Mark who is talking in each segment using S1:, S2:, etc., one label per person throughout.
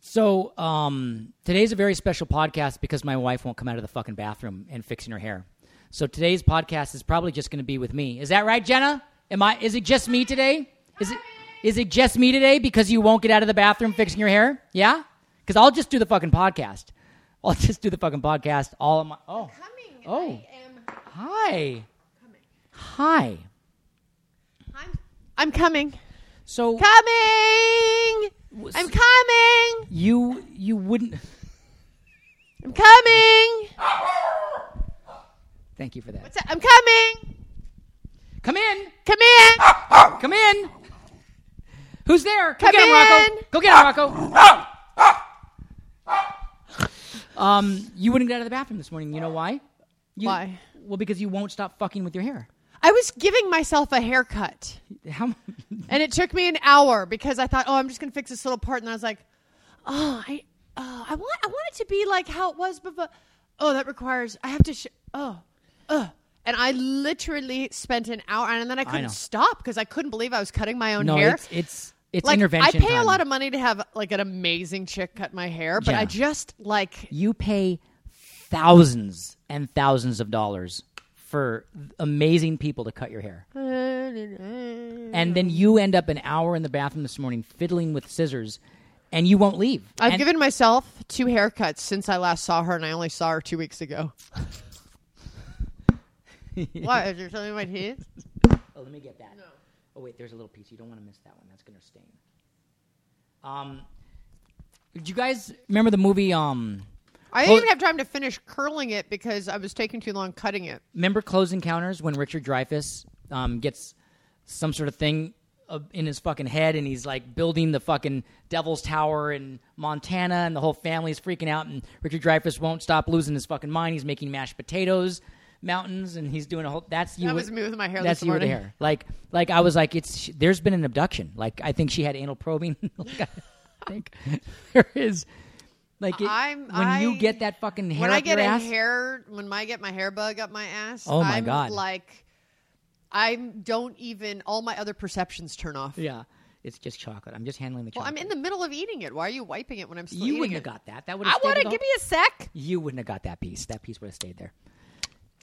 S1: So um, today's a very special podcast because my wife won't come out of the fucking bathroom and fixing her hair. So today's podcast is probably just going to be with me. Is that right, Jenna? Am I? Is it just me today? Is it? Is it just me today because you won't get out of the bathroom fixing your hair? Yeah, because I'll just do the fucking podcast. I'll just do the fucking podcast. All of my. Oh,
S2: Coming.
S1: Oh.
S2: I am
S1: hi,
S2: coming.
S1: hi.
S2: I'm, I'm coming.
S1: So
S2: Coming. I'm coming.
S1: you you wouldn't.
S2: I'm coming.
S1: Thank you for that.
S2: What's that? I'm coming.
S1: Come in.
S2: Come in.
S1: Come in. Who's there? Go
S2: Come
S1: get him, Rocco.
S2: in.
S1: Go get him, Rocco. um, you wouldn't get out of the bathroom this morning. You know why? You-
S2: Why?
S1: Well, because you won't stop fucking with your hair.
S2: I was giving myself a haircut,
S1: How?
S2: and it took me an hour because I thought, oh, I'm just gonna fix this little part, and I was like, oh, I, oh, I want, I want it to be like how it was before. Oh, that requires. I have to. Sh- oh, uh. And I literally spent an hour, and then I couldn't
S1: know.
S2: stop because I couldn't believe I was cutting my own
S1: No,
S2: hair.
S1: it's it's it's
S2: like I
S1: intervention.
S2: pay a
S1: time.
S2: lot of money to have like an amazing chick cut my hair, but
S1: Yeah.
S2: I just like
S1: You pay thousands and thousands of dollars for amazing people to cut your hair. and then you end up an hour in the bathroom this morning fiddling with scissors and you won't leave
S2: I've
S1: And-
S2: given myself two haircuts since I last saw her, and I only saw her two weeks ago. what is there something in my teeth?
S1: oh let me get that oh wait there's a little piece you don't want to miss that one that's gonna stain um do you guys remember the movie um
S2: I
S1: Well-
S2: didn't even have time to finish curling it because I was taking too long cutting it.
S1: remember close encounters when richard dreyfuss um gets some sort of thing uh, in his fucking head and he's like building the fucking devil's tower in montana and the whole family's freaking out and richard dreyfuss won't stop losing his fucking mind he's making mashed potatoes mountains and he's doing a whole that's you
S2: That
S1: with-
S2: was me with my hair
S1: that's
S2: this
S1: you with the
S2: morning.
S1: hair. Like, like I was like, it's sh- there's been an abduction. Like, I think she had anal probing. like, I think there is. Like, it,
S2: I'm-
S1: when you
S2: I-
S1: get that fucking hair
S2: when
S1: up
S2: I get
S1: your
S2: a
S1: ass,
S2: hair, when I get my hair bug up my ass,
S1: Oh my
S2: I'm
S1: God.
S2: Like, I don't even all my other perceptions turn off.
S1: yeah, it's just chocolate. I'm just handling the
S2: Well,
S1: chocolate.
S2: I'm in the middle of eating it. Why are you wiping it when I'm still
S1: you
S2: eating
S1: wouldn't
S2: it?
S1: have got that. That would.
S2: I
S1: have
S2: want to give me a sec.
S1: You wouldn't have got that piece. That piece would have stayed there.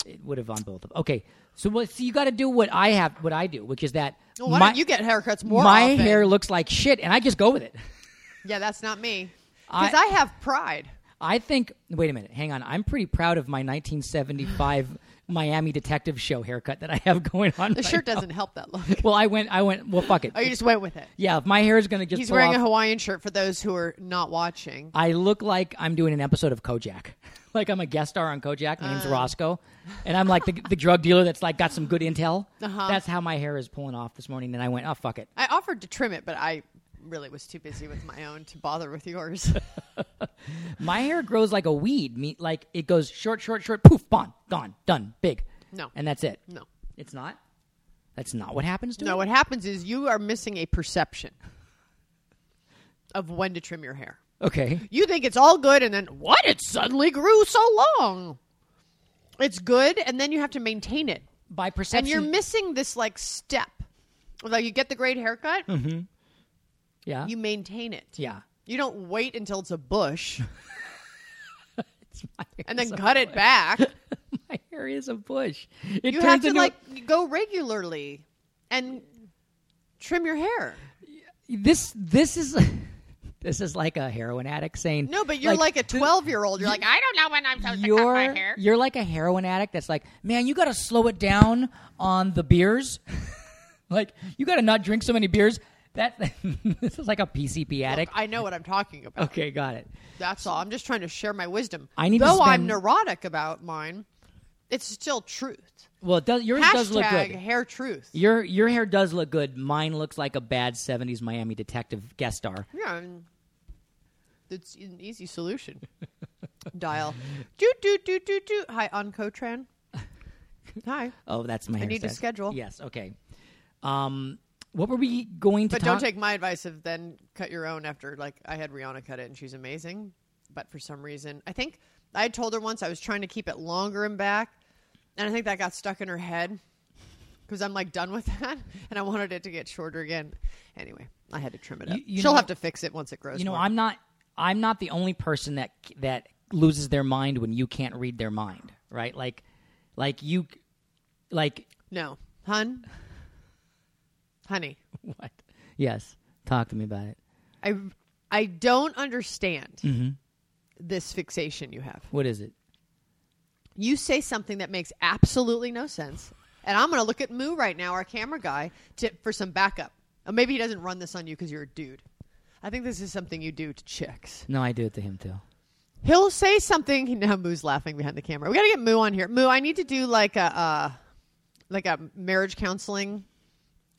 S1: It would have on both of. Okay, so what? So you got to do what I have, what I do, which is that
S2: Well, why
S1: my
S2: don't you get haircuts more
S1: my
S2: often?
S1: hair looks like shit, and I just go with it.
S2: Yeah, that's not me. Because
S1: I-
S2: I, have pride.
S1: I think. Wait a minute. Hang on. I'm pretty proud of my 1975 Miami Detective Show haircut that I have going on.
S2: The shirt doesn't help that look.
S1: Well, I went. I went. Well, fuck it.
S2: Oh, you just went with it.
S1: yeah, if my hair is gonna just.
S2: He's
S1: pull
S2: wearing
S1: off,
S2: a Hawaiian shirt for those who are not watching.
S1: I look like I'm doing an episode of Kojak. Like I'm a guest star on Kojak. My name's
S2: Ah.
S1: Roscoe, and I'm like the, the drug dealer that's like got some good intel.
S2: Uh-huh.
S1: That's how my hair is pulling off this morning. And I went, oh fuck it.
S2: I offered to trim it, but I really was too busy with my own to bother with yours.
S1: My hair grows like a weed. Me like it goes short, short, short. Poof, gone, gone, done, big.
S2: No.
S1: and that's it.
S2: No.
S1: it's not. That's not what happens to it.
S2: no, what happens is you are missing a perception of when to trim your hair.
S1: Okay.
S2: You think it's all good, and then what? It suddenly grew so long. It's good, and then you have to maintain it.
S1: by perception.
S2: And you're missing this like step. Although you get the great haircut,
S1: yeah,
S2: you maintain it.
S1: Mm-hmm. yeah.
S2: You don't wait until it's a bush
S1: It's my hair
S2: and then
S1: is a-
S2: cut it back.
S1: my hair is a bush. It
S2: You
S1: turns
S2: have to
S1: into
S2: like go regularly and trim your hair.
S1: this. This is this is like a heroin addict saying
S2: No, but you're like, a 12 year old. You're like, I don't know when I'm supposed to cut my
S1: You're
S2: hair.
S1: you're like a heroin addict that's like, man, you got to slow it down on the beers. like you got to not drink so many beers. That this is like a PCP addict.
S2: I know what I'm talking about.
S1: okay, got it.
S2: That's all. I'm just trying to share my wisdom.
S1: I need to
S2: Though I'm
S1: spend-
S2: neurotic about mine, it's still truth.
S1: Well, it does, yours does look
S2: Hashtag
S1: good.
S2: hair truth.
S1: Your your hair does look good. Mine looks like a bad '70s Miami detective guest star.
S2: Yeah, and it's an easy solution. Dial. Do do do do do. Hi, Oncotran. Hi.
S1: Oh, that's my. I
S2: need to schedule.
S1: Yes. Okay. Um, what were we going to?
S2: But
S1: talk-
S2: don't take my advice of then cut your own after. Like I had Rihanna cut it, and she's amazing. But for some reason, I think I had told her once I was trying to keep it longer and back, and I think that got stuck in her head because I'm like done with that, and I wanted it to get shorter again. Anyway, I had to trim it up.
S1: You- you
S2: She'll
S1: know-
S2: have to fix it once it grows.
S1: You know,
S2: more.
S1: I'm not. I'm not the only person that that loses their mind when you can't read their mind, right? Like, like you, like
S2: No, hun, honey,
S1: what? Yes, talk to me about it.
S2: I I don't understand this fixation you have.
S1: What is it?
S2: You say something that makes absolutely no sense, and I'm going to look at Moo right now, our camera guy, to, for some backup. Or maybe he doesn't run this on you because you're a dude. I think this is something you do to chicks.
S1: No, I do it to him too.
S2: He'll say something. Now Moo's laughing behind the camera. We got to get Moo on here. Moo, I need to do like a uh, like a marriage counseling,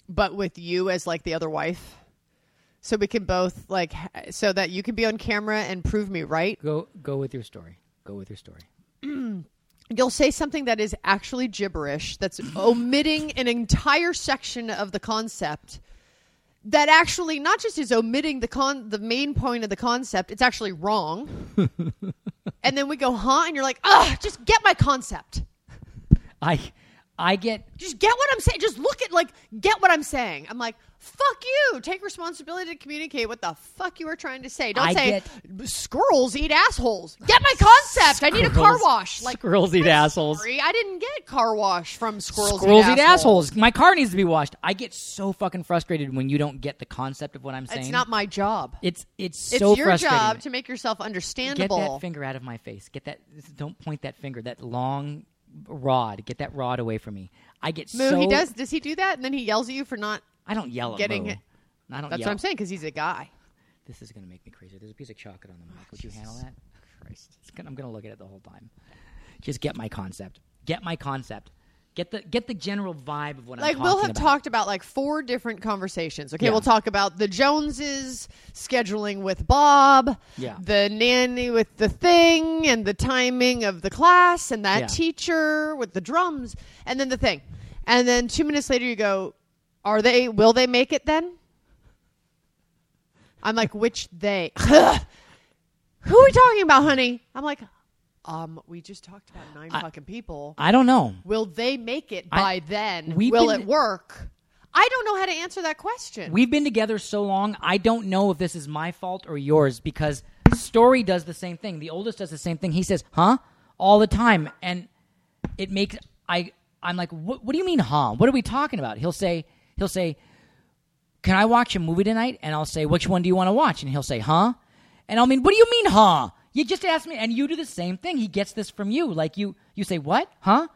S2: but with you as like the other wife, so we can both like ha- so that you can be on camera and prove me right.
S1: Go, go with your story. Go with your story.
S2: You'll say something that is actually gibberish. That's omitting an entire section of the concept. That actually not just is omitting the con the main point of the concept. It's actually wrong. and then we go, huh? And you're like, ugh, just get my concept.
S1: I, I get
S2: Just get what I'm saying. Just look at like get what I'm saying. I'm like, fuck you. Take responsibility to communicate what the fuck you were trying to say. Don't
S1: I
S2: say squirrels eat assholes. Get my concept. I need a car
S1: Squirrels-
S2: wash. Like
S1: squirrels eat
S2: I'm
S1: assholes.
S2: Sorry, I didn't get car wash from squirrels.
S1: Squirrels
S2: eat,
S1: eat assholes. My car needs to be washed. I get so fucking frustrated when you don't get the concept of what I'm saying.
S2: It's not my job.
S1: It's it's
S2: It's
S1: so
S2: your
S1: frustrating.
S2: job to make yourself
S1: get that
S2: understandable.
S1: finger out of my face. Get that. Don't point that finger. That long rod. Get that rod away from me. I get
S2: Moo,
S1: so.
S2: he does. Does he do that? And then he yells at you for not.
S1: I don't yell at
S2: Getting
S1: Moo.
S2: it.
S1: I don't.
S2: That's
S1: yell.
S2: what I'm saying because he's a guy.
S1: This is gonna make me crazy. There's a piece of chocolate on the mic. Would you handle that? Christ. It's gonna, I'm gonna look at it the whole time. Just get my concept. Get my concept. Get the get the general vibe of what I'm
S2: like
S1: talking
S2: we'll have
S1: about.
S2: talked about like four different conversations okay
S1: Yeah.
S2: we'll talk about the joneses scheduling with bob
S1: Yeah.
S2: the nanny with the thing and the timing of the class and that
S1: Yeah.
S2: teacher with the drums and then the thing and then two minutes later you go are they will they make it then i'm like which they who are we talking about honey i'm like um we just talked about nine fucking people
S1: I don't know.
S2: Will they make it by
S1: I-
S2: then?
S1: we've
S2: Will
S1: been-
S2: it work? I don't know how to answer that question.
S1: We've been together so long, I don't know if this is my fault or yours because Story does the same thing. The oldest does the same thing. He says, "Huh?" all the time and it makes I I'm like, "What what do you mean, huh? What are we talking about?" He'll say he'll say, "Can I watch a movie tonight?" and I'll say, "Which one do you want to watch?" and he'll say, "Huh?" and I'll mean, "What do you mean, huh?" You just asked me and you do the same thing. He gets this from you. Like you you say, "What? Huh?"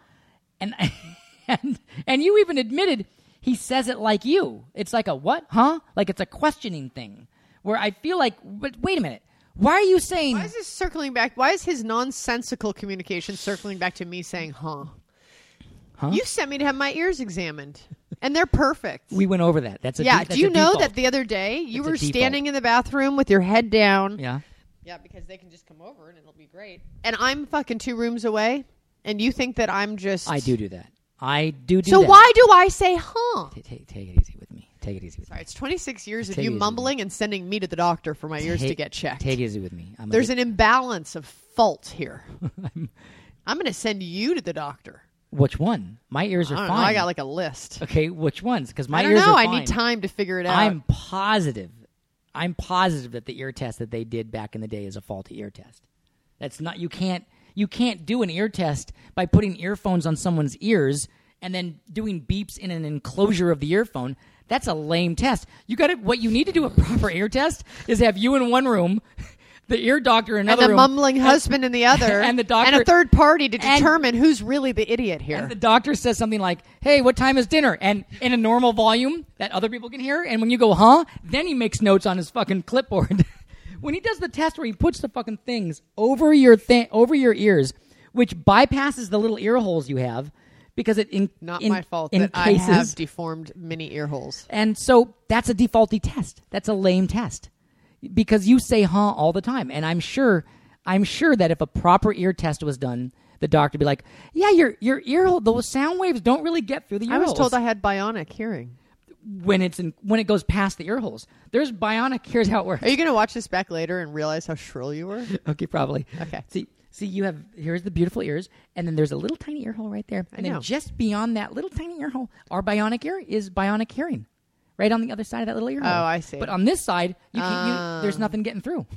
S1: and and and you even admitted he says it like you. It's like a what, huh? Like it's a questioning thing where I feel like, but wait a minute, why are you saying?
S2: Why is this circling back? Why is his nonsensical communication circling back to me saying, huh? You sent me to have my ears examined, and they're perfect.
S1: we went over that. That's a
S2: yeah.
S1: de- that's
S2: Do you
S1: a
S2: know
S1: default.
S2: that the other day you
S1: It's a
S2: were
S1: default.
S2: standing in the bathroom with your head down?
S1: yeah,
S2: Yeah, because they can just come over and it'll be great. And I'm fucking two rooms away, and you think that I'm just.
S1: I do do that. I do do.
S2: So
S1: that.
S2: why do I say, huh?
S1: Ta- Take, take it easy with me. Take it easy with
S2: Sorry, it's 26 years of
S1: Take
S2: you
S1: it easy.
S2: mumbling and sending me to the doctor for my
S1: me.
S2: ears to
S1: Take-
S2: get checked.
S1: Take it easy with me. I'm
S2: There's
S1: a,
S2: an imbalance of fault here. I'm going to send you to the doctor.
S1: which one? My ears
S2: I
S1: are
S2: don't
S1: fine.
S2: know. I got like a list.
S1: okay, which ones? Because my
S2: I don't
S1: ears
S2: know.
S1: are
S2: I
S1: fine.
S2: need time to figure it out.
S1: I'm positive. I'm positive that the ear test that they did back in the day is a faulty ear test. That's not you can't you can't do an ear test by putting earphones on someone's ears and then doing beeps in an enclosure of the earphone. That's a lame test. You got to what you need to do a proper ear test is have you in one room, the ear doctor in
S2: and
S1: another
S2: the
S1: room,
S2: mumbling husband in the other,
S1: and the doctor-
S2: and a third party to
S1: and-
S2: determine who's really the idiot here.
S1: And the doctor says something like, "Hey, what time is dinner?" And in a normal volume that other people can hear. And when you go, "Huh?" Then he makes notes on his fucking clipboard. when he does the test where he puts the fucking things over your thing over your ears, which bypasses the little ear holes you have, because it in-
S2: Not
S1: in-
S2: my fault that I
S1: encases-
S2: have deformed mini ear holes.
S1: and so that's a defaulty test. That's a lame test because you say "huh" all the time, and I'm sure, I'm sure that if a proper ear test was done, the doctor would be like, "Yeah, your your ear hole, those sound waves don't really get through the ear
S2: I was
S1: holes
S2: told I had bionic hearing.
S1: when it's in, when it goes past the ear holes." There's bionic. Here's how it works.
S2: Are you going to watch this back later and realize how shrill you were?
S1: okay, probably.
S2: Okay.
S1: See, see, you have here's the beautiful ears, and then there's a little tiny ear hole right there, and
S2: know.
S1: then just beyond that little tiny ear hole, our bionic ear is bionic hearing, right on the other side of that little ear hole.
S2: Oh, I see. Um.
S1: But on this side, you can't. you, there's nothing getting through.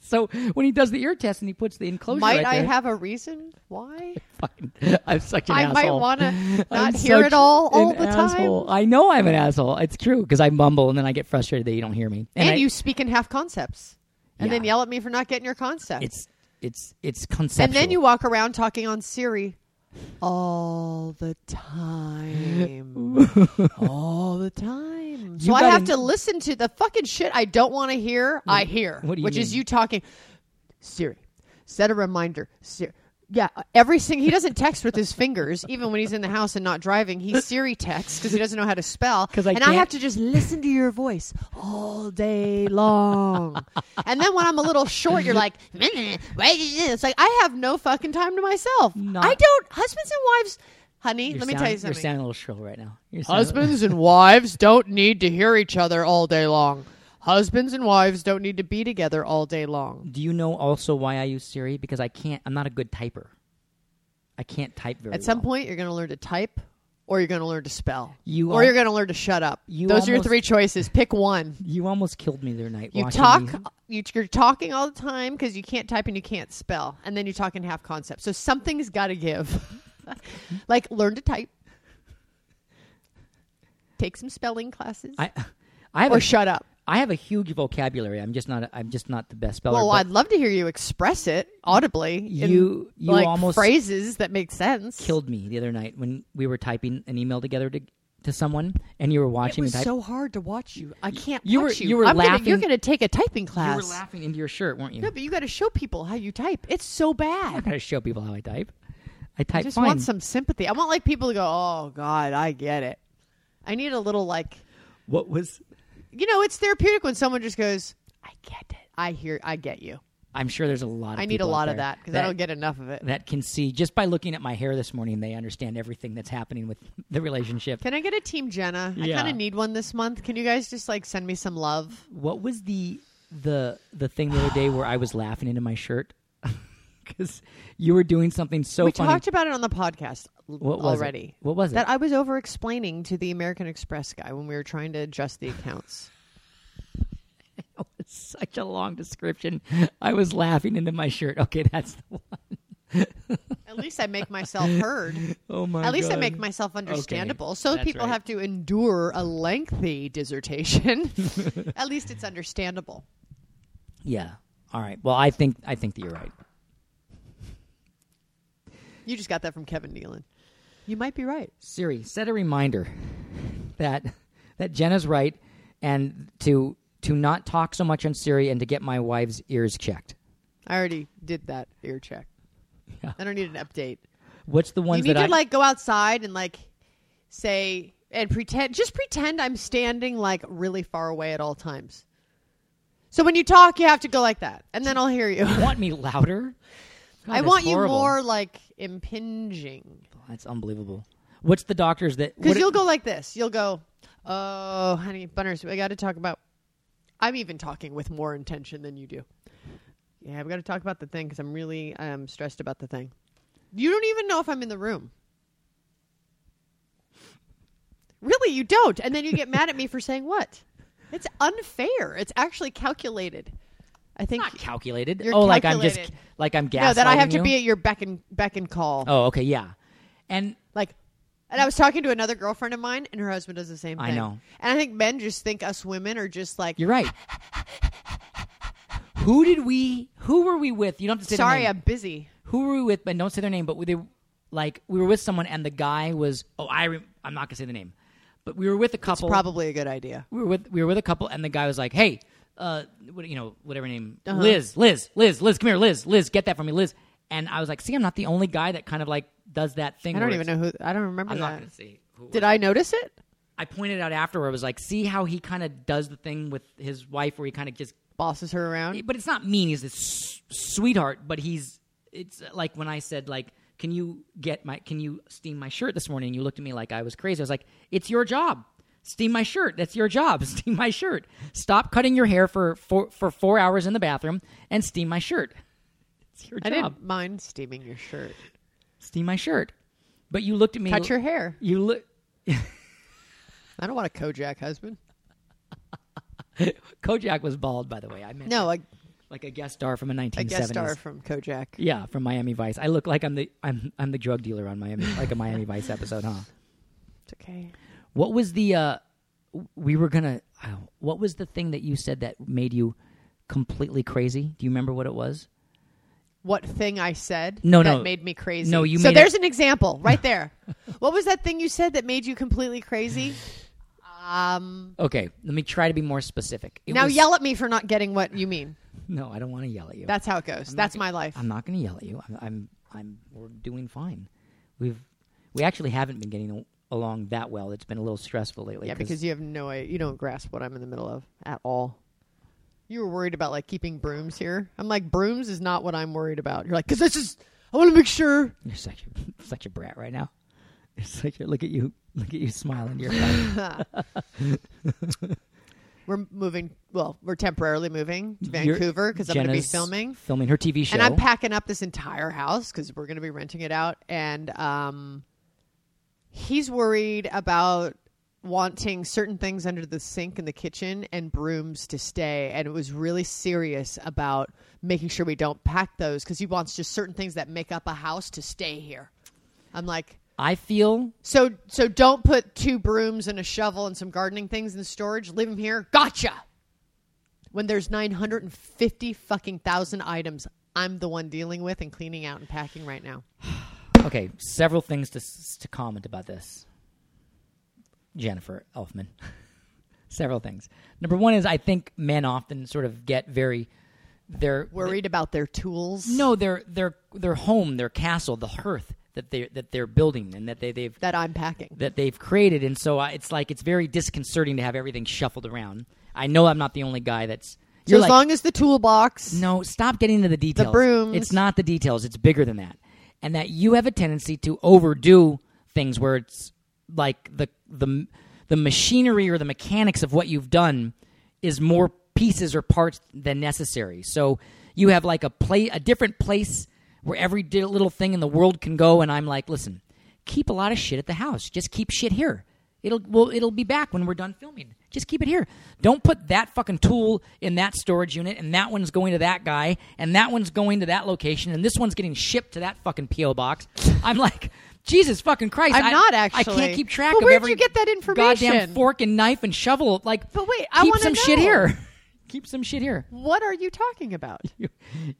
S1: So when he does the ear test and he puts the enclosure,
S2: Might
S1: right
S2: I
S1: there,
S2: have a reason why?
S1: Fucking- I'm such an
S2: I might
S1: asshole.
S2: wanna not
S1: I'm
S2: hear
S1: such
S2: it all all
S1: an
S2: the time.
S1: asshole. I know I'm an asshole. It's true because I mumble and then I get frustrated that you don't hear me.
S2: And,
S1: I-
S2: you speak in half concepts, and then
S1: Yeah.
S2: yell at me for not getting your concept.
S1: it's it's it's
S2: and
S1: conceptual.
S2: then you walk around talking on Siri all the time, all the time.
S1: You
S2: So I
S1: got
S2: have
S1: an-
S2: to listen to the fucking shit I don't want to hear. I hear,
S1: what do you
S2: which is
S1: mean?
S2: you talking. Siri, set a reminder. Siri. Yeah, every single he doesn't text with his fingers, even when he's in the house and not driving. He Siri texts because he doesn't know how to spell.
S1: 'Cause I
S2: and I
S1: can't-
S2: have to just listen to your voice all day long. and then when I'm a little short, you're like, "Meh, meh, why did you-" it's like I have no fucking time to myself.
S1: Not-
S2: I don't. Husbands and wives, honey,
S1: You're
S2: let me
S1: sound-
S2: tell you
S1: You're
S2: something.
S1: sounding a little shrill right now. You're sounding-
S2: Husbands and wives don't need to hear each other all day long. Husbands and wives don't need to be together all day long.
S1: Do you know also why I use Siri? Because I can't. I'm not a good typer. I can't type very
S2: At some
S1: well.
S2: point, you're going to learn to type, or you're going to learn to spell,
S1: You
S2: or
S1: al-
S2: you're going to learn to shut up.
S1: You
S2: Those are your
S1: almost-
S2: three choices. Pick one.
S1: You almost killed me the other night.
S2: You
S1: watching
S2: talk.
S1: these-
S2: You, you're talking all the time because you can't type and you can't spell, and then you talk in half concepts. So something's got to give. like learn to type, take some spelling classes,
S1: I, I have
S2: or
S1: a,
S2: shut up.
S1: I have a huge vocabulary. I'm just not. A, I'm just not the best speller.
S2: Well,
S1: but
S2: I'd love to hear you express it audibly. in,
S1: You- you
S2: like
S1: almost
S2: phrases that make sense.
S1: killed me the other night when we were typing an email together to to someone, and you were
S2: it
S1: watching
S2: was
S1: me type.
S2: so hard to watch you. I can't
S1: You
S2: watch
S1: were-
S2: you.
S1: you were
S2: I'm gonna- you're
S1: laughing-
S2: going to take a typing
S1: you
S2: class.
S1: were laughing into your shirt, weren't you?
S2: No, but you got to show people how you type. It's so bad.
S1: I gotta show people how I type. I
S2: I
S1: type
S2: just
S1: fine.
S2: want some sympathy. I want like people to go, "Oh God, I get it." I need a little like,
S1: what was?
S2: you know, it's therapeutic when someone just goes, "I get it. I hear. I get you."
S1: I'm sure there's a lot. of
S2: I need a
S1: people out
S2: lot of
S1: there
S2: that because I don't get enough of it.
S1: that can see just by looking at my hair this morning. They understand everything that's happening with the relationship.
S2: Can I get a team, Jenna? I
S1: Yeah. Oh,
S2: kind of need one this month. Can you guys just like send me some love?
S1: What was the the the thing the other day where I was laughing into my shirt because you were doing something so
S2: we
S1: funny?
S2: talked about it on the podcast l-
S1: What was it?
S2: already.
S1: What was it?
S2: That I was over explaining to the American Express guy when we were trying to adjust the accounts.
S1: It was Oh, such a long description. I was laughing into my shirt. Okay, that's the one.
S2: At least I make myself heard.
S1: Oh my!
S2: At least I
S1: God.
S2: make myself understandable. So
S1: That's
S2: people
S1: right.
S2: have to endure a lengthy dissertation. At least it's understandable.
S1: Yeah. All right. Well, I think I think that you're right.
S2: You just got that from Kevin Nealon. You might be right.
S1: Siri, set a reminder that that Jenna's right, and to to not talk so much on Siri and to get my wife's ears checked.
S2: I already did that ear check.
S1: Yeah.
S2: I don't need an update.
S1: What's the ones
S2: you need
S1: that
S2: to
S1: I
S2: like go outside and like say and pretend just pretend I'm standing like really far away at all times. So when you talk, you have to go like that, and then I'll hear you.
S1: want me louder? God,
S2: I
S1: that's
S2: want
S1: horrible.
S2: you more like impinging.
S1: That's unbelievable. What's the doctors that?
S2: Because
S1: what-
S2: you'll go like this. You'll go, oh, honey, Bunners, we got to talk about. I'm even talking with more intention than you do. Yeah, we got to talk about the thing because I'm really um, stressed about the thing. You don't even know if I'm in the room. Really, you don't. And then you get mad at me for saying what? It's unfair. It's actually calculated. I think
S1: not calculated.
S2: You're
S1: oh, like I'm just
S2: calculated.
S1: like I'm gaslighting
S2: no, that I have to
S1: you?
S2: be at your beck and beck and call.
S1: Oh, okay, yeah, and
S2: Like, and I was talking to another girlfriend of mine, and her husband does the same thing.
S1: I know.
S2: And I think men just think us women are just like,
S1: you're right. Who did we? Who were we with? You don't have to say. their
S2: sorry,
S1: name.
S2: I'm busy.
S1: who were we with? But don't say their name. But they, like, we were with someone, and the guy was. Oh, I. Re- I'm not gonna say the name, but we were with a couple.
S2: Probably a good idea.
S1: we were with we were with a couple, and the guy was like, "Hey, uh, what, you know, whatever her name,
S2: Uh-huh.
S1: Liz, Liz, Liz, Liz, come here, Liz, Liz, get that for me, Liz." And I was like, "See, I'm not the only guy that kind of like does that thing."
S2: I don't
S1: where
S2: even
S1: it's-
S2: know who. I don't remember
S1: I'm
S2: that.
S1: not gonna say who. it
S2: Did
S1: was.
S2: I notice it?
S1: I pointed out afterward. I was like, "See how he kind of does the thing with his wife, where he kind of just
S2: Bosses her around.
S1: but it's not mean. He's this sweetheart, but he's it's like when I said like, "Can you get my? Can you steam my shirt this morning?" You looked at me like I was crazy. I was like, "It's your job. Steam my shirt. That's your job. Steam my shirt. Stop cutting your hair for four, for four hours in the bathroom and steam my shirt. It's your
S2: I
S1: job.
S2: didn't mind steaming your shirt.
S1: Steam my shirt." But you looked at me.
S2: Cut your hair.
S1: You look.
S2: I don't want a Kojak husband.
S1: Kojak was bald, by the way. I meant
S2: No, a
S1: like a guest star from a 1970s.
S2: A guest star from Kojak.
S1: Yeah, from Miami Vice. I look like I'm the I'm I'm the drug dealer on Miami like a Miami Vice episode, huh?
S2: It's okay.
S1: What was the uh we were going to what was the thing that you said that made you completely crazy? Do you remember what it was?
S2: What thing I said
S1: No,
S2: that
S1: no.
S2: made me crazy?
S1: No, you
S2: So
S1: made
S2: there's
S1: it-
S2: an example right there. what was that thing you said that made you completely crazy? Um,
S1: Okay, let me try to be more specific. It
S2: now
S1: was-
S2: yell at me for not getting what you mean.
S1: No, I don't want to yell at you.
S2: That's how it goes. That's my life.
S1: I'm not going to yell at you. I'm, I'm I'm we're doing fine. We've we actually haven't been getting along that well. It's been a little stressful lately.
S2: yeah, because you have no idea. You don't grasp what I'm in the middle of at all. You were worried about like keeping brooms here. I'm like, brooms is not what I'm worried about. You're like, because this is. I want to make sure.
S1: you're such a, such a brat right now. You're such a, look at you. Look at you smiling. You're fine.
S2: We're moving. Well, we're temporarily moving to Vancouver because I'm going to be
S1: Jenna's
S2: filming.
S1: filming her TV show.
S2: And I'm packing up this entire house because we're going to be renting it out. And um, he's worried about wanting certain things under the sink in the kitchen and brooms to stay. And it was really serious about making sure we don't pack those because he wants just certain things that make up a house to stay here. I'm like,
S1: I feel
S2: so so don't put two brooms and a shovel and some gardening things in storage. Leave them here. Gotcha. When there's 950 fucking thousand items, I'm the one dealing with and cleaning out and packing right now.
S1: okay. Several things to s- to comment about this, Jennifer Elfman. several things. Number one is I think men often sort of get very they're
S2: Worried about their tools.
S1: No, their their their home, their castle, the hearth that they that they're building and that they they've
S2: that I'm packing.
S1: that they've created, and so I, it's like it's very disconcerting to have everything shuffled around. I know I'm not the only guy that's.
S2: So
S1: You're
S2: as
S1: like,
S2: long as the toolbox.
S1: no, stop getting into the details.
S2: brooms.
S1: It's not the details. It's bigger than that, and that you have a tendency to overdo things where it's like the the the machinery or the mechanics of what you've done is more pieces or parts than necessary. So you have like a play a different place where every di- little thing in the world can go, and I'm like, listen, keep a lot of shit at the house. Just keep shit here. It'll well, it'll be back when we're done filming. Just keep it here. Don't put that fucking tool in that storage unit, and that one's going to that guy, and that one's going to that location, and this one's getting shipped to that fucking PO box. I'm like, Jesus fucking Christ!
S2: I'm
S1: I-
S2: not
S1: I
S2: actually.
S1: can't keep track
S2: But
S1: of
S2: where'd
S1: every
S2: you get that information?
S1: Goddamn fork and knife and shovel. Like,
S2: But wait, I
S1: keep
S2: wanna
S1: some shit
S2: know.
S1: here. keep some shit here.
S2: What are you talking about?
S1: You,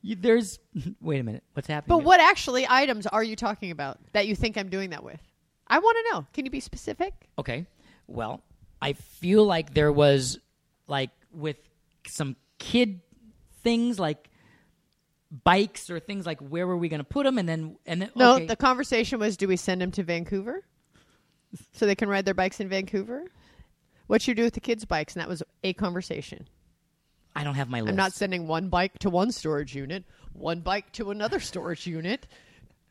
S1: you, there's wait a minute. What's happening?
S2: But
S1: here?
S2: what actually items are you talking about that you think I'm doing that with? I want to know. Can you be specific?
S1: Okay. Well, I feel like there was like with some kid things like bikes or things like where were we going to put them and then and then
S2: No,
S1: okay.
S2: the conversation was do we send them to Vancouver so they can ride their bikes in Vancouver? What you do with the kids' bikes? And that was a conversation.
S1: I don't have my list.
S2: I'm not sending one bike to one storage unit, one bike to another storage unit,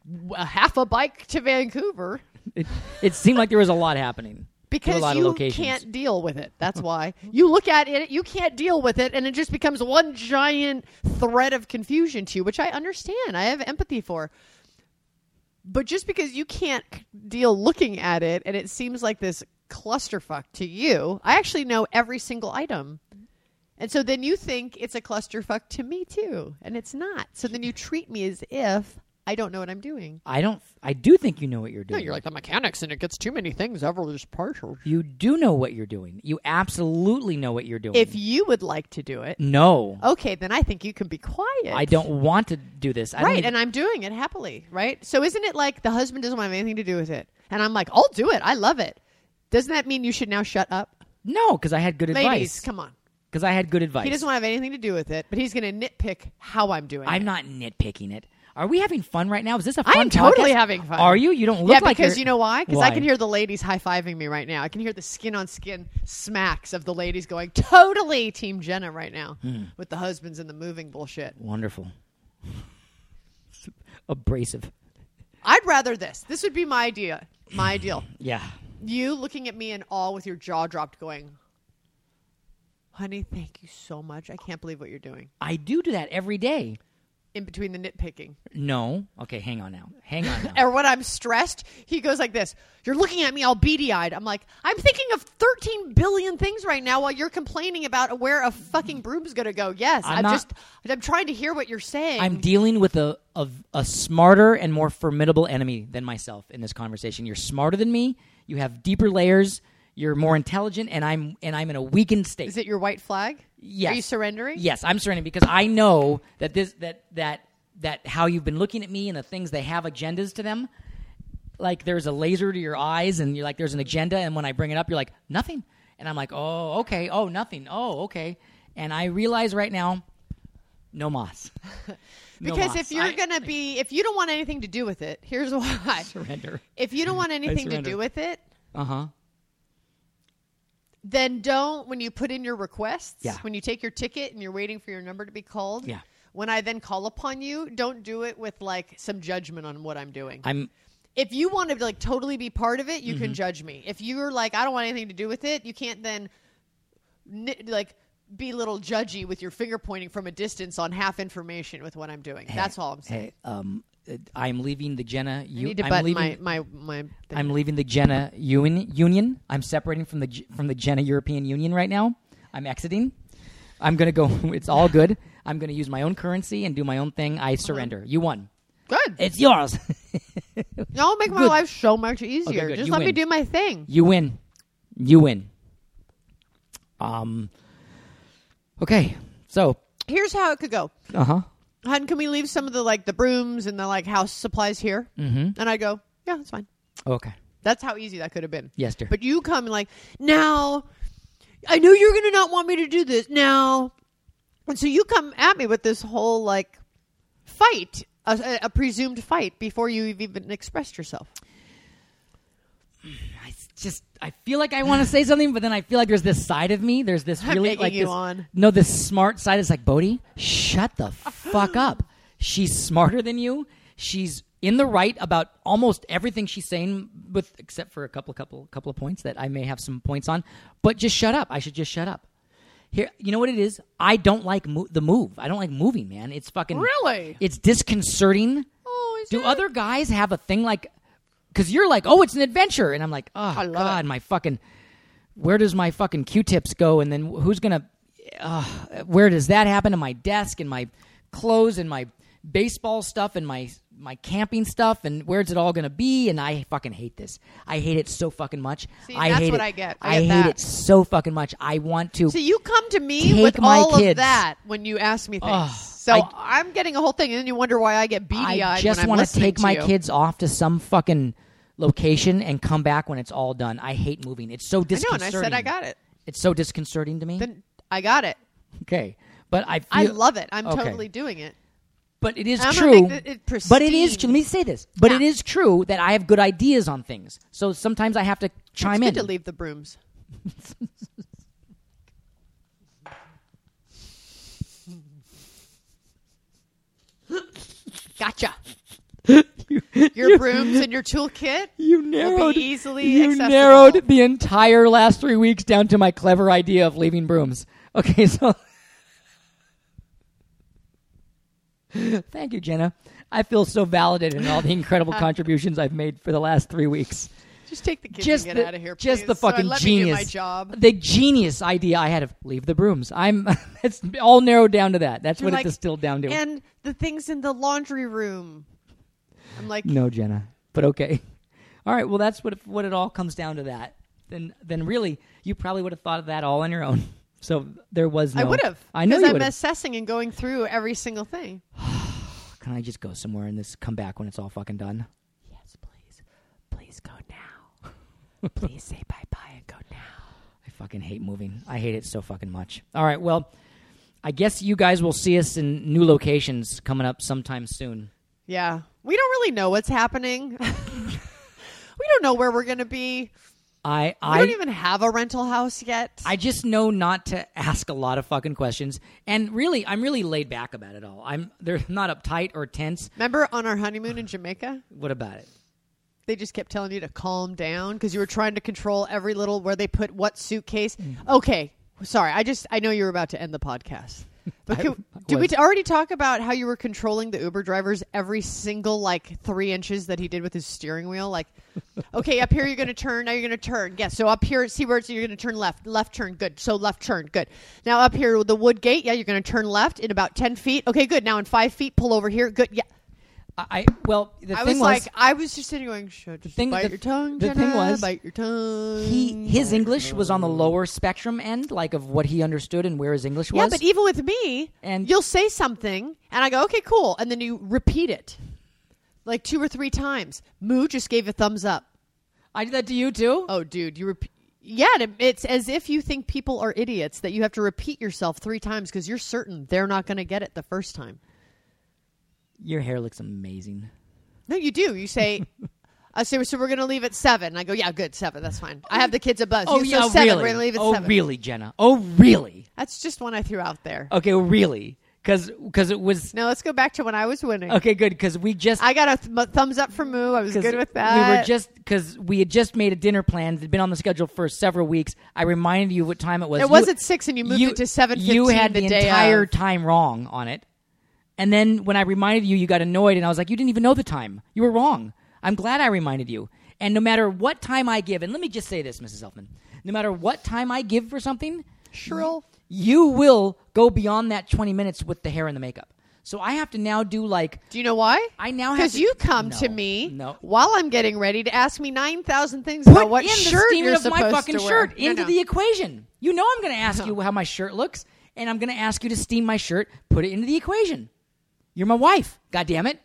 S2: w- a half a bike to Vancouver
S1: it, it seemed like there was a lot happening There
S2: because
S1: were a lot
S2: you
S1: of locations.
S2: can't deal with it. That's why you look at it, you can't deal with it, and it just becomes one giant thread of confusion to you, which I understand. I have empathy for. But just because you can't deal looking at it and it seems like this clusterfuck to you, I actually know every single item. And so then you think it's a clusterfuck to me too, and it's not. So then you treat me as if I don't know what I'm doing.
S1: I don't. I do think you know what you're
S2: No,
S1: doing.
S2: you're like the mechanics, and it gets too many things over this partial.
S1: you do know what you're doing. You absolutely know what you're doing.
S2: If Oh, you would like to do it,
S1: no,
S2: okay, then I think you can be quiet.
S1: Mm. I don't want to do this. I
S2: Right,
S1: don't,
S2: and I'm doing it happily, right? So isn't it like the husband doesn't want anything to do with it? And I'm like, I'll do it. I love it. Doesn't that mean you should now shut up?
S1: no, because I had good
S2: Ladies,
S1: advice.
S2: come on.
S1: Because I had good advice.
S2: He doesn't want to have anything to do with it, but he's going to nitpick how I'm doing
S1: I'm
S2: it.
S1: not nitpicking it. Are we having fun right now? Is this a fun?
S2: I am totally
S1: podcast?
S2: having fun.
S1: Are you? You don't look
S2: yeah,
S1: like
S2: because
S1: you're-
S2: you know why? Because I can hear the ladies high fiving me right now. I can hear the skin on skin smacks of the ladies going totally Team Jenna right now
S1: Hmm.
S2: with the husbands and the moving bullshit.
S1: Wonderful. Abrasive.
S2: I'd rather this. This would be my idea. My ideal.
S1: Yeah.
S2: You looking at me in awe with your jaw dropped, going, "Honey, thank you so much. I can't believe what you're doing."
S1: I do do that every day.
S2: in between the nitpicking.
S1: No. Okay, hang on now. Hang on now.
S2: Or when I'm stressed, he goes like this You're looking at me all beady eyed. I'm like, I'm thinking of 13 billion things right now while you're complaining about where a fucking broom's going to go. Yes,
S1: I'm
S2: I'm,
S1: not-
S2: just, I'm trying to hear what you're saying.
S1: I'm dealing with a, a a smarter and more formidable enemy than myself in this conversation. You're smarter than me. You have deeper layers. You're more intelligent, and I'm and I'm in a weakened state.
S2: Is it your white flag?
S1: yes.
S2: Are you surrendering?
S1: Yes, I'm surrendering because I know that this that that that how you've been looking at me and the things they have agendas to them. Like there's a laser to your eyes, and you're like, there's an agenda. And when I bring it up, you're like, nothing. And I'm like, oh, okay, oh, nothing, oh, okay. And I realize right now, no mas. No
S2: Because
S1: mas.
S2: if you're
S1: I-
S2: going to be, if you don't want anything to do with it, here's why.
S1: surrender.
S2: If you don't want anything to
S1: surrender.
S2: do with it,
S1: Uh huh.
S2: then don't when you put in your requests
S1: Yeah.
S2: when you take your ticket and you're waiting for your number to be called
S1: Yeah.
S2: when i then call upon you don't do it with like some judgment on what i'm doing
S1: I'm
S2: if you want to like totally be part of it you
S1: Mm-hmm.
S2: can judge me if you're like i don't want anything to do with it you can't then ni- like be a little judgy with your finger pointing from a distance on half information with what i'm doing that's all i'm saying
S1: hey, um, I'm leaving the Jenna.
S2: you,
S1: You,
S2: need to
S1: I'm
S2: button
S1: leaving,
S2: my my my thing.
S1: I'm leaving the Jenna Uni- Union. I'm separating from the G- from the Jenna European Union right now. I'm exiting. I'm gonna go. It's all good. I'm gonna use my own currency and do my own thing. I surrender. You won.
S2: good
S1: It's yours.
S2: y'all make my
S1: good.
S2: life so much easier
S1: good.
S2: just
S1: You
S2: let me
S1: win.
S2: do my thing
S1: you win. You win. Um. Okay. So.
S2: here's how it could go
S1: Uh huh.
S2: Hun, can we leave some of the like the brooms and the like house supplies here? Mm-hmm. And I go, yeah, that's fine.
S1: Okay.
S2: That's how easy that could have been.
S1: Yes, dear.
S2: But you come and like now, I know you're gonna not want me to do this now, and so you come at me with this whole like fight, a, a presumed fight before you've even expressed yourself.
S1: I s- just I feel like I want to say something, but then I feel like there's this side of me. There's this
S2: I'm
S1: really
S2: egging
S1: like
S2: you
S1: this,
S2: on.
S1: no, this smart side is like Bodhi, shut the fuck up. She's smarter than you. She's in the right about almost everything she's saying, with except for a couple, couple, couple of points that I may have some points on. But just shut up. I should just shut up. Here, you know what it is? I don't like mo- the move. I don't like moving, man. It's fucking
S2: Really?
S1: It's disconcerting.
S2: Oh, is
S1: Do
S2: it?
S1: other guys have a thing like? Because you're like, oh, it's an adventure, and I'm like, oh
S2: love
S1: god,
S2: it.
S1: my fucking, where does my fucking Q-tips go? And then who's gonna, uh, where does that happen to my desk and my clothes and my baseball stuff and my my camping stuff and where's it all gonna be? And I fucking hate this. I hate it so fucking much.
S2: See,
S1: I
S2: that's
S1: hate
S2: what
S1: it.
S2: I get. I get
S1: hate
S2: that.
S1: it so fucking much. I want to.
S2: So you come to me
S1: Take
S2: with
S1: my
S2: all of
S1: kids.
S2: that when you ask me things.
S1: Ugh,
S2: so
S1: I-
S2: I, am getting a whole thing, and then you wonder why I get beady
S1: I
S2: eyed.
S1: just
S2: want to
S1: take my
S2: you.
S1: kids off to some fucking location and come back when it's all done. I hate moving. It's so
S2: I know, and
S1: disconcerting.
S2: I said I got it.
S1: It's so disconcerting to me.
S2: Then I got it.
S1: okay, but I feel,
S2: I love it. I'm
S1: Okay.
S2: totally doing it.
S1: But it is
S2: I'm gonna
S1: true.
S2: make it- it
S1: but it is.
S2: pristine.
S1: Let me say this. But it
S2: Yeah.
S1: is true that I have good ideas on things. So sometimes I have to chime
S2: it's
S1: in.
S2: good to leave the brooms. gotcha. Your brooms and your toolkit.
S1: You narrowed
S2: easily
S1: You
S2: accessible.
S1: narrowed the entire last three weeks down to my clever idea of leaving brooms. Okay, so thank you, Jenna. I feel so validated in all the incredible contributions I've made for the last three weeks.
S2: Just take the kids
S1: just
S2: and get
S1: the,
S2: out of here.
S1: just the
S2: please. So
S1: fucking
S2: let me do
S1: genius.
S2: my job.
S1: The genius idea I had of leave the brooms. I'm. it's all narrowed down to that. That's
S2: You're
S1: what
S2: like,
S1: it distilled down to.
S2: And the things in the laundry room. I'm like,
S1: No, Jenna. But okay. All right. Well, that's what what it all comes down to. That then then really you probably would have thought of that all on your own. So there was no.
S2: I would have.
S1: I know
S2: because
S1: you
S2: I'm
S1: would have.
S2: assessing and going through every single thing.
S1: Can I just go somewhere and this come back when it's all fucking done?
S2: Yes, please. Please go now. please say bye bye and go now.
S1: I fucking hate moving. I hate it so fucking much. All right. Well, I guess you guys will see us in new locations coming up sometime soon.
S2: Yeah. We don't really know what's happening. we don't know where we're going to be.
S1: I
S2: We
S1: I
S2: don't even have a rental house yet.
S1: I just know not to ask a lot of fucking questions. And really, I'm really laid back about it all. I'm they're not uptight or tense.
S2: Remember on our honeymoon in Jamaica?
S1: What about it?
S2: They just kept telling you to calm down because you were trying to control every little where they put what suitcase. Okay. Sorry. I just, I know you're about to end the podcast. But
S1: I-
S2: can-
S1: I
S2: did we
S1: was.
S2: t- already talk about how you were controlling the Uber driver's every single like three inches that he did with his steering wheel? Like, okay, up here you're going to turn. Now you're going to turn. Yes. so up here, see where it's, you're going to turn left. Left turn. Good. So left turn. Good. Now up here with the wood gate. Yeah, you're going to turn left in about ten feet. Okay, good. Now in five feet, pull over here. Good. Yeah.
S1: I well, the
S2: I
S1: thing
S2: was, like, I was just sitting going, should just
S1: thing-
S2: bite
S1: the-
S2: your tongue.
S1: the thing
S2: Jenna,
S1: was,
S2: bite your tongue.
S1: he
S2: "Mm,
S1: his English was on the lower spectrum end, like of what he understood and where his English was.
S2: Yeah, but even with me,
S1: And-
S2: and you'll say something, and I go, "Okay, cool," and then you repeat it like two or three times. Moo just gave a thumbs up.
S1: I did that to you too.
S2: Oh, dude, you repeat. Yeah, and it- it's as if you think people are idiots that you have to repeat yourself three times because you're certain they're not going to get it the first time.
S1: Your hair looks amazing.
S2: No, you do. You say. I say, so we're going to leave at seven. I go, yeah, good, seven. That's fine. I have the kids a buzz.
S1: Oh
S2: You go,
S1: yeah,
S2: so
S1: really?
S2: seven. We're going to leave at
S1: oh
S2: seven.
S1: really, Jenna? Oh really?
S2: That's just one I threw out there.
S1: Okay, oh, really? Because it was
S2: Now let's go back to when I was winning.
S1: okay. Good because we just
S2: I got a th- thumbs up from Moo. I was
S1: 'Cause
S2: good with that.
S1: We were just because we had just made a dinner plan. It had been on the schedule for several weeks. I reminded you what time it was.
S2: It
S1: You-
S2: was at six, and you moved it to seven.
S1: You had
S2: the,
S1: the,
S2: day
S1: entire
S2: of.
S1: time wrong on it. And then when I reminded you, you got annoyed, and I was like, "You didn't even know the time. You were wrong." I'm glad I reminded you. And no matter what time I give, and let me just say this, Mrs. Elfman, no matter what time I give for something,
S2: Shrill.
S1: you will go beyond that 20 minutes with the hair and the makeup. So I have to now do like
S2: Do you know why?
S1: I now have
S2: because
S1: to-
S2: you come to
S1: No,
S2: me
S1: no.
S2: while I'm getting ready to ask me nine thousand things
S1: put
S2: about what
S1: in
S2: shirt
S1: the steaming
S2: you're
S1: of my
S2: supposed
S1: fucking
S2: to wear.
S1: shirt
S2: No,
S1: into
S2: no.
S1: the equation. You know I'm going to ask you how my shirt looks, and I'm going to ask you to steam my shirt. Put it into the equation. You're my wife. God damn it.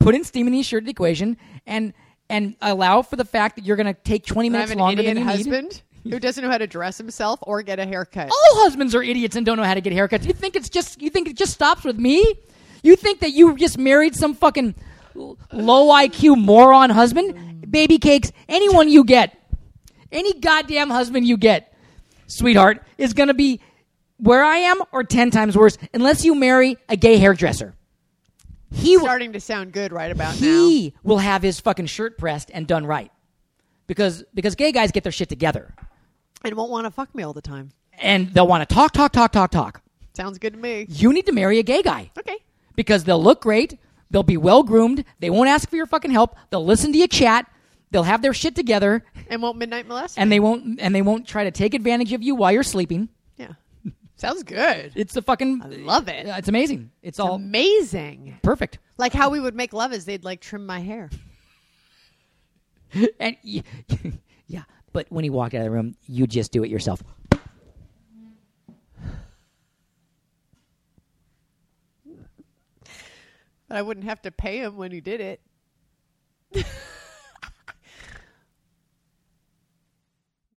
S1: Put in steaming the shirt into the equation, and and allow for the fact that you're going to take 20
S2: And I
S1: minutes
S2: have an
S1: longer
S2: idiot
S1: than you need.
S2: husband who doesn't know how to dress himself or get a haircut.
S1: All husbands are idiots and don't know how to get haircuts. You think it's just you think it just stops with me? You think that you just married some fucking l- low IQ moron husband? Baby cakes, anyone you get, any goddamn husband you get, sweetheart, is gonna be where I am or ten times worse, unless you marry a gay hairdresser. He will
S2: starting to sound good right about now.
S1: he will have his fucking shirt pressed and done right. Because because gay guys get their shit together.
S2: And won't want to fuck me all the time.
S1: And they'll want to talk, talk, talk, talk, talk.
S2: Sounds good to me.
S1: you need to marry a gay guy
S2: Okay.
S1: because they'll look great, they'll be well groomed, they won't ask for your fucking help, they'll listen to you chat, they'll have their shit together,
S2: And won't midnight molest?
S1: and they won't and they won't try to take advantage of you while you're sleeping.
S2: yeah. Sounds good.
S1: It's the fucking I
S2: love it.
S1: It's amazing. It's all
S2: Amazing.
S1: perfect.
S2: Like how we would make love is they'd like trim my hair.
S1: And y- yeah, but when he walked out of the room, you just do it yourself.
S2: But I wouldn't have to pay him when he did it.